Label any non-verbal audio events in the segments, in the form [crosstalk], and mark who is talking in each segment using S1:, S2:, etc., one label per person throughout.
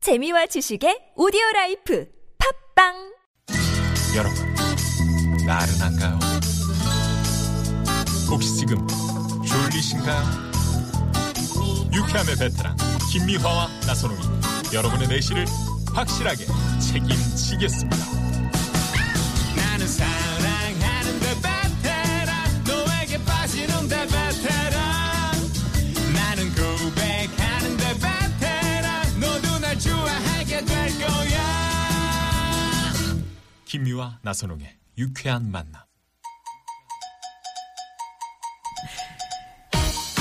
S1: 재미와 지식의 오디오 라이프 팝빵
S2: 여러분, 나른한가요? 혹시 지금 졸리신가요? 유쾌함의 베테랑 김미화와 나선홍이 여러분의 내실을 확실하게 책임지겠습니다.
S3: 나는 사랑하는데 베테랑 너에게 빠지는데 베테랑 나는 고백하는데 베테랑 너도 날 좋아하게 될 거야
S2: 김미화 나선홍의 유쾌한 만남.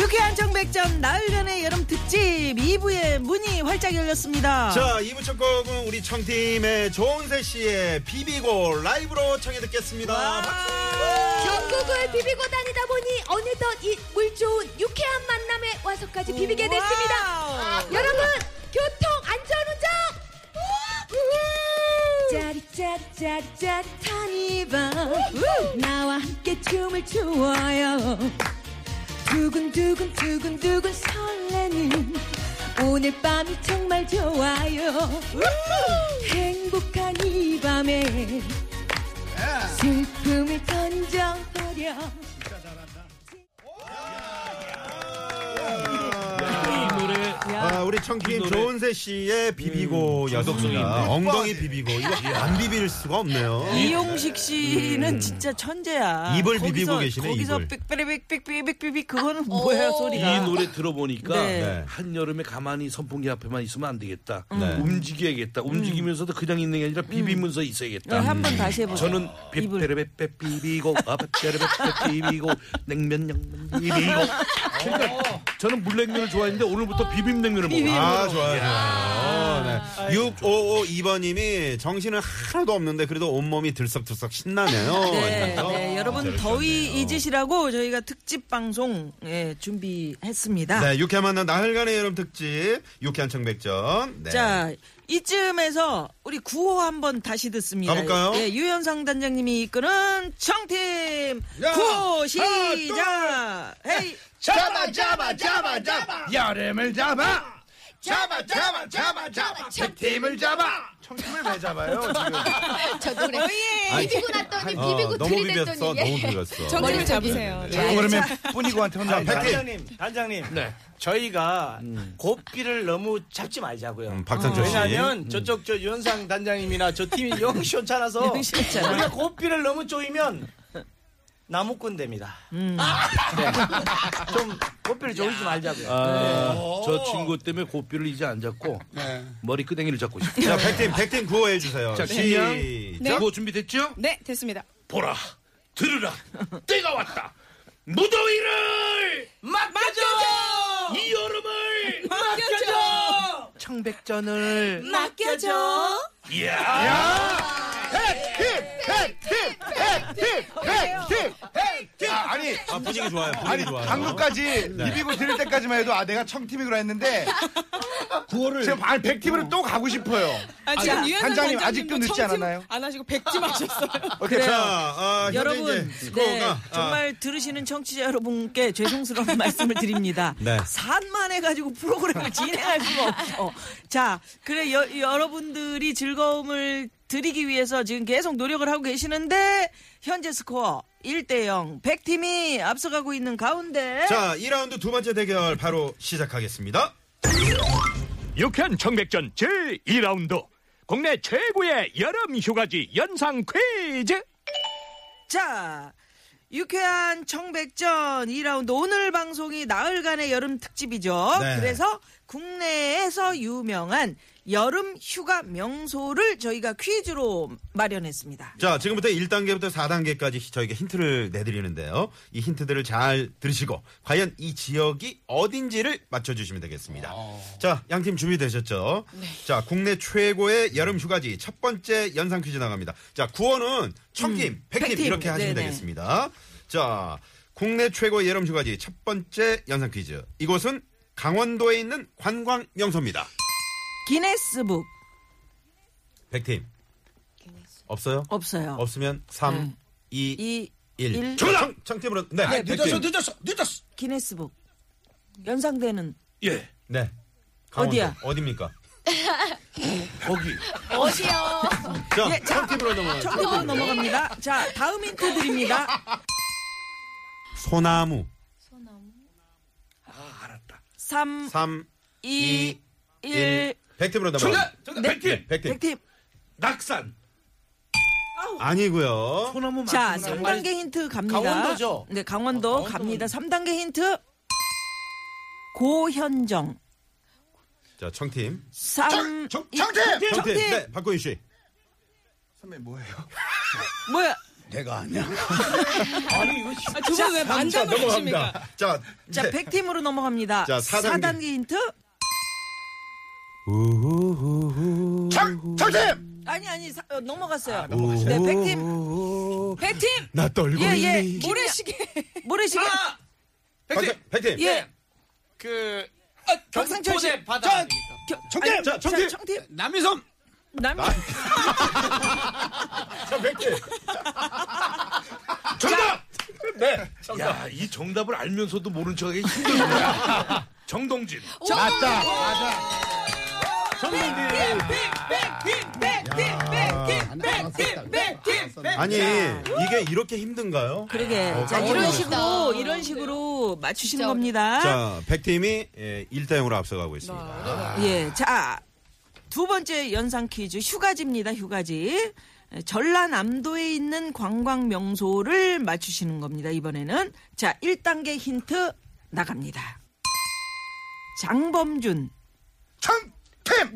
S4: 유쾌한 정백점 나흘간의 여름 특집 2부의 문이 활짝 열렸습니다.
S5: 자, 2부 첫 곡은 우리 청팀의 조은세 씨의 비비고 라이브로 청해 듣겠습니다.
S4: 와.
S5: 박수!
S6: 전국을 비비고 다니다 보니 어느덧 이 물 좋은 유쾌한 만남에 와서까지 비비게 됐습니다.
S4: 와우.
S6: 여러분 교통 안전 운전. 짜리짜리짜리짜 타니바 나와 함께 춤을 추어요. 두근두근 두근두근 설레는 오늘 밤이 정말 좋아요. 행복한 이 밤에 슬픔을 던져버려.
S5: 아, 우리 청팀 조은세 씨의 비비고 였습니다. 엉덩이 비비고. 이거 안 비빌 수가 없네요.
S4: 이용식 씨는 진짜 천재야.
S5: 음. 입을 비비고 계시네,
S4: 거기서
S5: 입을.
S4: 삑빼리삑삑삑삑삑삑 그거는 뭐야 소리가.
S7: 이 노래 들어보니까
S4: 네.
S5: 네.
S7: 한여름에 가만히 선풍기 앞에만 있으면 안 되겠다.
S5: 네.
S7: 움직여야겠다. 움직이면서도 그냥 있는 게 아니라 비비면서 있어야겠다.
S4: 네,
S5: 음.
S4: 한 번 다시 해보세요.
S7: 저는 빼빼빼빼 비비고 아빼빼빼빼 비비고 냉면 양면 비비고 그러니까 저는 물냉면을 좋아했는데 오늘부터 비빔냉면을 먹어요.
S5: 아, 좋아요, 좋아요. 네. 6552번님이 정신은 하나도 없는데 그래도 온몸이 들썩들썩 신나네요.
S4: 네,
S5: 그래서
S4: 네,
S5: 아,
S4: 여러분 더위 잊으시라고 저희가 특집 방송 예, 준비했습니다.
S5: 네, 유쾌한 만남 나흘간의 여름 특집 유쾌한 청백전. 네.
S4: 자 이쯤에서 우리 구호 한번 다시 듣습니다.
S5: 가볼까요?
S4: 예, 유현상 단장님이 이끄는 청팀
S5: 야!
S4: 구호
S5: 하나,
S4: 시작. 헤이.
S3: 잡아 잡아 잡아 잡아 여름을 잡아 잡아 잡아 잡아 잡아 책팀을 잡아
S7: 청팀을 왜 잡아요?
S6: [laughs]
S7: 지금
S6: 저 노래
S4: 예.
S6: 비비고 났더니
S5: 어,
S6: 비비고
S5: 너무 비볐어,
S6: 들이댔더니
S5: 너무 비볐어. 네.
S6: 머리 잡으세요.
S7: 그러면 뿌니고한테 혼나.
S8: 단장님, 단장님. 저희가 고삐를 너무 잡지 말자고요.
S5: 음, 박찬철 씨.
S8: 왜냐하면 저쪽 저 유현상 단장님이나 저 팀이 영 시원찮아서
S4: 영 시원찮아.
S8: 우리가 고삐를 너무 조이면 나무꾼 됩니다. 네. 좀 고삐를 조이지 말자고요.
S7: 아, 저 친구 때문에 고삐를 이제 안 잡고 머리 끄댕이를 잡고
S5: 자,
S7: 싶어요.
S5: 백팀, 백팀 구호해 주세요.
S7: 자, 김양.
S5: 시
S7: 그거 준비됐죠?
S9: 네, 됐습니다.
S7: 보라, 들으라, 때가 왔다. 무더위를
S8: 맡겨줘!
S7: 이 여름을
S10: 아,
S8: 맡겨줘!
S7: 청백전을
S4: 맡겨줘.
S10: 아, 아니,
S5: 아, 분위기 좋아요. 분위기
S10: 아니,
S5: 좋아요.
S10: 방금까지 비비고 들을 때까지만 해도 아, 내가 청팀이구나 했는데. 구호를. 지금 아, 백팀으로 또 가고 싶어요.
S9: 아, 지금
S10: 아,
S9: 유현상
S10: 단장님,
S9: 단장님도
S10: 아직도 늦지
S9: 청팀
S10: 않았나요?
S9: 안 하시고 백지 하셨어요.
S10: 오케이.
S5: 자,
S10: 자,
S5: 아, 현재
S4: 여러분,
S5: 이제 스코어가,
S4: 네,
S5: 아,
S4: 정말 들으시는 청취자 여러분께 죄송스러운 [laughs] 말씀을 드립니다.
S5: 네.
S4: 산만해가지고 프로그램을 진행할 수가 없어. 자, 그래, 여, 여러분들이 즐거움을 드리기 위해서 지금 계속 노력을 하고 계시는데, 현재 스코어 1대0, 100팀이 앞서가고 있는 가운데,
S5: 자, 2라운드 두 번째 대결 바로 시작하겠습니다.
S11: 육현 청백전 제2라운드 국내 최고의 여름 휴가지 연상 퀴즈
S4: 자, 유쾌한 청백전 2라운드 오늘 방송이 나흘간의 여름 특집이죠.
S5: 네.
S4: 그래서 국내에서 유명한 여름 휴가 명소를 저희가 퀴즈로 마련했습니다.
S5: 자, 지금부터 1단계부터 4단계까지 저희가 힌트를 내드리는데요. 이 힌트들을 잘 들으시고, 과연 이 지역이 어딘지를 맞춰주시면 되겠습니다. 자, 양팀 준비되셨죠? 자, 국내 최고의 여름 휴가지 첫 번째 연상 퀴즈 나갑니다. 자, 구호는 청팀, 음, 백팀
S4: 백팀.
S5: 이렇게 하시면
S4: 네네.
S5: 되겠습니다. 자, 국내 최고의 여름 휴가지 첫 번째 연상 퀴즈. 이곳은 강원도에 있는 관광 명소입니다.
S4: 기네스북
S5: 백팀. 없어요? 네.
S4: 없어요.
S5: 없으면 3, 이
S4: 이
S5: 1.
S4: 일.
S5: 정! 청팀으로. 네.
S7: 늦었어, 늦었어, 늦었어.
S4: 기네스북 연상되는
S7: 예,
S5: 네. 강원도.
S4: 어디야?
S5: 어딥니까?
S7: 거기.
S9: 어디요?
S5: 자,
S4: 예, 자,
S5: 청팁으로 아, 넘어가죠.
S4: 청팁으로 넘어갑니다. 자, 다음 힌트 드립니다.
S5: 소나무.
S4: 3,
S5: 3,
S4: 2, 1.
S5: 일. 백팀으로 네, 넘어가.
S4: 정답!
S10: 네.
S7: 정답 백팀.
S5: 백팀.
S4: 백팀.
S7: 낙산.
S5: 아니고요.
S7: 소나무
S4: 자,
S7: 맞추는
S4: 3단계 힌트 갑니다.
S8: 강원도죠?
S4: 네, 강원도 갑니다. 3단계 힌트. 고현정.
S5: 자, 청팀.
S10: 정-
S4: 3.
S10: 정팀!
S5: 청팀. 네, 박고윤 씨.
S10: 선배님 뭐예요?
S4: 뭐야?
S10: 내가
S4: [laughs]
S10: 아니야.
S8: 아니 이거 시-
S4: 두분 왜
S5: 자,
S4: 만장을 하십니까?
S5: 넘어갑니다. 자, 네.
S4: 자,
S10: 네.
S5: 이제
S4: 100팀으로 넘어갑니다.
S5: 자, 4단계.
S4: 4단계 힌트.
S10: 정 정팀.
S4: 아니, 아니, 사- 어, 넘어갔어요.
S5: 넘어갔어요.
S4: 네, 100팀. 100팀!
S5: 나 떨고
S4: 예, 예.
S5: 있니?
S4: 모래시계. 모래시계.
S5: 백팀. 백팀.
S4: 예.
S8: 그
S4: 박상철 씨.
S8: 경포대 그 바다 아닙니까?
S4: 겨-
S5: 청팀!
S4: 아니,
S5: 자, 청팀!
S4: 청팀.
S10: 남이섬.
S4: 남
S5: 자, 백팀.
S7: 정답. 네. 야, 이 정답을 알면서도 모른 척하기 힘들구나. 정동진.
S10: 맞다. 맞아.
S5: 아니, 이게 이렇게 힘든가요?
S4: 그러게.
S5: 어,
S4: 자,
S5: 깜짝
S4: 이런
S5: 놀랐어요.
S4: 식으로, 이런 식으로 맞추시는 겁니다.
S5: 자, 백팀이 예, 1대 0으로 앞서가고 있습니다.
S4: 예, 자, 두 번째 연상 퀴즈. 휴가지입니다, 휴가지. 에, 전라남도에 있는 관광 명소를 맞추시는 겁니다, 이번에는. 자, 1단계 힌트 나갑니다. 장범준.
S10: 정팀.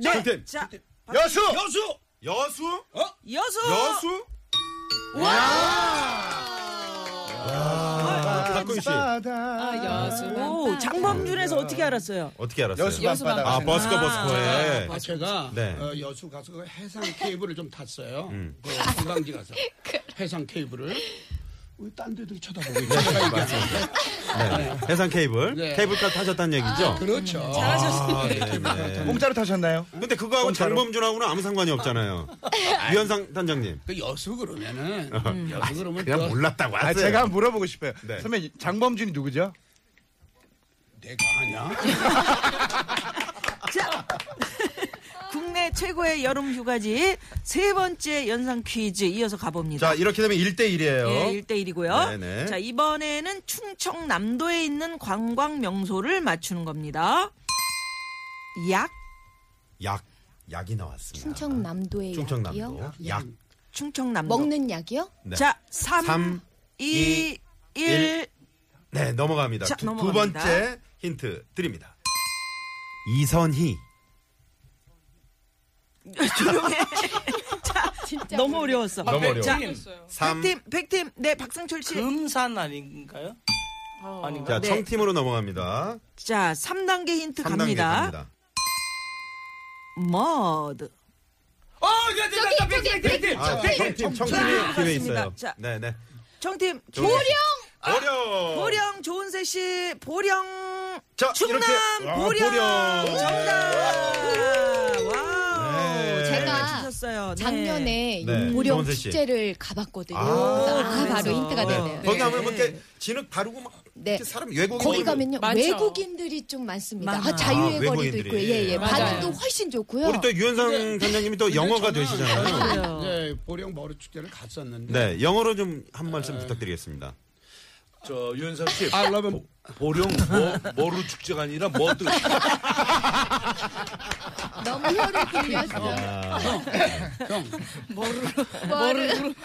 S4: 네.
S5: 정팀.
S4: 자,
S10: 여수.
S7: 여수.
S5: 여수?
S4: 여수.
S5: 여수? 와! 박군 씨.
S4: 오, 네. 장범준에서 어떻게 알았어요?
S5: 어떻게 알았어요?
S10: 여수 밤바다.
S5: 아, 버스커 버스커에.
S12: 아, 제가
S5: 네. 음.
S12: 어, 여수 가서 그 해상 케이블을 좀 탔어요. 그
S5: [laughs]
S12: 관광지 가서
S5: 그
S12: 해상 케이블을 왜딴 데들 쳐다보고 있죠? 제가 얘기하는데.
S5: 네. 해상 케이블.
S12: 네.
S5: 케이블카 타셨다는 얘기죠?
S12: 그렇죠.
S5: 아, 네, 네.
S8: 음.
S10: 공짜로 타셨나요?
S5: 근데
S12: 어,
S5: 그거하고 장범준하고는 아무 상관이 없잖아요. 유현상 단장님.
S12: 그 여수 그러면은
S10: 어.
S12: 여수 그러면
S5: 그냥
S12: 저-
S5: 몰랐다고
S10: 아,
S5: 하세요.
S10: 제가 아, 한번 물어보고 싶어요.
S5: 네.
S10: 선배님, 장범준이 누구죠?
S12: 내가 아냐?
S4: 국내 최고의 여름 휴가지 세 번째 연상 퀴즈 이어서 가봅니다.
S5: 자, 이렇게 되면 1대 1이에요.
S4: 예, 1대1이고요.
S5: 네네.
S4: 자, 이번에는 충청남도에 있는 관광 명소를 맞추는 겁니다. 약,
S5: 약 약이 나왔습니다.
S9: 충청남도의
S5: 충청남도
S9: 약이요?
S5: 약.
S4: 충청남도.
S9: 먹는 약이요?
S5: 네.
S4: 자, 3,
S5: 삼,
S4: 2, 1.
S5: 네, 넘어갑니다.
S4: 자,
S5: 두,
S4: 넘어갑니다.
S5: 두 번째 힌트 드립니다. 이선희.
S4: 조용해.
S9: 진짜
S4: 너무 어려웠어.
S5: 너무 어려워.
S4: 자,
S5: 삼.
S4: 백팀, 백팀. 네, 박상철 씨.
S8: 금산 아닌가요? 아닌가?
S5: 자,
S4: 네.
S5: 청팀으로 넘어갑니다.
S4: 자, 3단계 힌트
S5: 3단계
S4: 갑니다.
S5: 갑니다.
S4: 머드.
S8: 어, 이거 됐다, 됐다, 빅, 빅, 빅,
S5: 아,
S8: 빅.
S9: 네,
S5: 청팀, 청팀이
S4: 청팀.
S5: 기회
S4: 맞습니다.
S5: 있어요.
S4: 자.
S5: 네, 네.
S4: 정팀.
S5: 보령! 보령!
S4: 보령 조은세 씨 보령
S5: 자,
S4: 충남
S5: 이렇게- 아,
S4: 보령.
S5: 보령.
S4: 정답 와우
S5: 네.
S4: 잘
S9: 제가
S4: 맞추셨어요 네.
S9: 작년에
S5: 네,
S9: 보령
S5: 정원세 씨.
S9: 축제를 가봤거든요.
S5: 아,
S9: 그래서 아,
S4: 그래서.
S9: 바로 힌트가 되네요.
S5: 거기 가면 뭐 이렇게 진흙 바르고 막
S9: 네.
S5: 이렇게 사람 외국인
S9: 거기
S5: 얼굴-
S9: 가면요
S13: 많죠.
S9: 외국인들이 좀 많습니다.
S4: 많아.
S9: 아, 자유의
S5: 아,
S9: 거리도
S5: 외국인들이.
S9: 있고 예예
S5: 맞아요.
S9: 반응도 훨씬 좋고요.
S5: 우리 또 유현상 단장님이 또 영어가
S12: 근데 저는
S5: 되시잖아요.
S4: 맞아요.
S12: 네, 보령 머루 축제를 갔었는데
S5: 네, 영어로 좀 한 말씀 부탁드리겠습니다.
S7: 저 유현상 씨.
S12: I love him.
S7: 보령 뭐 머루 축제가 아니라 머드.
S9: 너무 혀를 돌렸어.
S12: 형,
S9: 뭐를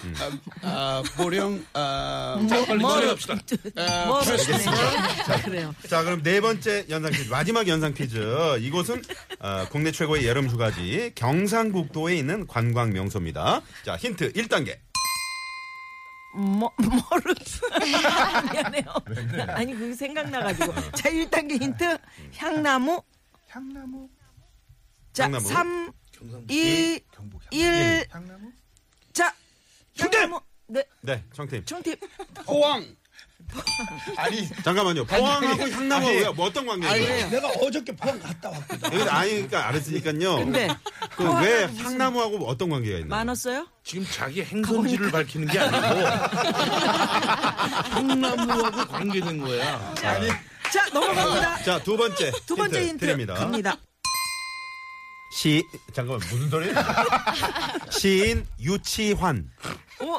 S12: 아, 보령 아,
S7: 머리 합시다.
S12: 아,
S4: 뭐 네. [laughs] 그래요
S5: 자, 그럼 네 번째 연상 퀴즈, 마지막 연상 퀴즈. 이곳은 어, 국내 최고의 여름 휴가지 경상북도에 있는 관광 명소입니다. 자, 힌트 1단계.
S4: 뭐 뭐를 [laughs]
S5: 네.
S4: 미안해요 아니 그게 생각나가지고 자 1단계 그 힌트 향나무
S10: 향나무.
S4: 자
S5: 향나무.
S4: 3 2 1
S10: 향나무.
S4: 자 향나무 네
S5: 네, 청팀.
S4: 청팀
S12: 포항.
S10: 아니,
S5: 잠깐만요. 포항하고 향나무가 뭐 어떤 관계예요?
S12: 내가 어저께 포항 갔다 왔거든.
S5: 여기 아니니까 알았으니까요.
S4: 근데
S5: 그 왜 향나무하고 뭐 어떤 관계가 있나요?
S4: 네. 어, 많았어요?
S7: 지금 자기 행선지를 밝히는
S10: [laughs]
S7: 게 아니고 통나무하고 관계된 거야.
S4: 자 넘어갑니다
S5: 자, 두 번째.
S4: 두 번째 힌트
S5: 드립니다.
S4: 갑니다
S5: 시 잠깐만 무슨 소리야? [laughs] 시인 유치환.
S4: 오.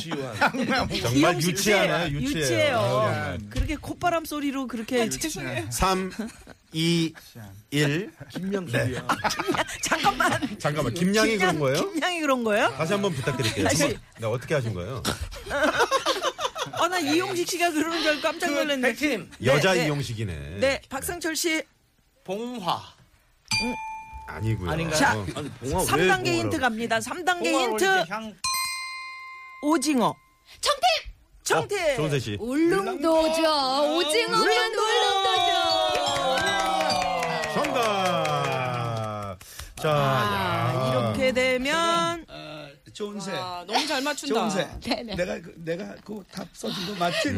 S5: 정말 유치하네 유치해요. 아유,
S4: 유치해요.
S5: 정말.
S4: 그렇게 콧바람 소리로 그렇게 죄송해요.
S5: 3, 2, 1. 김양수. 네.
S4: [laughs] 잠깐만.
S5: 잠깐만, 김양이 그런 거예요?
S4: 김양이 그런 거예요?
S5: 다시 한번 부탁드릴게요.
S4: 다시.
S5: 정말, 네, 어떻게 하신 거예요?
S4: 아, 나 이용식 씨가 그러는 줄 알고 깜짝 놀랐네. 팀
S5: 여자 이용식이네.
S4: 네, 박상철 씨. 봉화.
S5: 아니고요.
S4: 아닌가요? 자,
S5: 아니,
S7: 뭐.
S5: 봉화 어, 왜
S4: 3단계
S5: 봉화라고
S4: 힌트 갑니다. 3단계 힌트. 오징어.
S6: 정팀!
S4: 정팀!
S5: 어, 정세 씨.
S6: 울릉도죠. 오징어면 울릉도죠.
S5: 정답. 자,
S4: 아.
S5: 야.
S4: 이렇게 되면
S12: 좋은새.
S13: 너무 잘 맞춘다.
S12: 좋은새.
S13: 네네.
S12: 내가 그- 내가 그답 써준 거 맞지?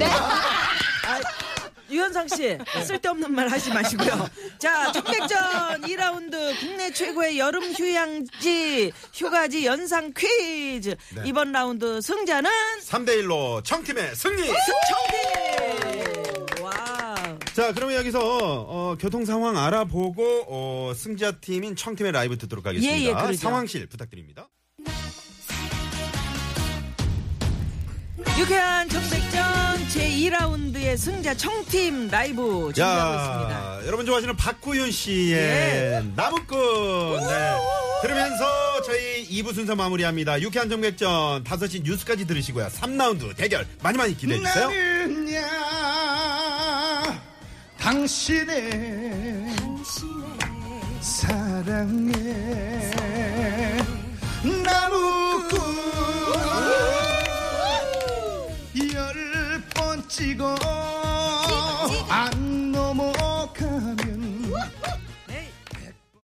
S4: 유현상 씨
S5: 네.
S4: 쓸데없는 말 하지 마시고요. 자 청백전 2라운드 국내 최고의 여름 휴양지 휴가지 연상 퀴즈
S5: 네.
S4: 이번 라운드 승자는
S5: 3대1로 청팀의 승리!
S4: 청팀. 와
S5: 자, 그러면 여기서 어, 교통 상황 알아보고 어, 승자 팀인 청팀의 라이브 듣도록 하겠습니다.
S4: 예, 예, 그러죠.
S5: 상황실 부탁드립니다.
S4: 유쾌한 청백전 제 2라운드의 승자 청팀 라이브 준비하고 있습니다. 예.
S5: 자, 여러분 좋아하시는 박구윤 씨의 나무꾼. 네. 들으면서 저희 2부 순서 마무리합니다. 유쾌한 정객전 5시 뉴스까지 들으시고요. 3라운드 대결 많이 많이
S4: 네,
S5: 기대해주세요.
S3: 나는야 당신의 사랑에 나무꾼 열번 찍어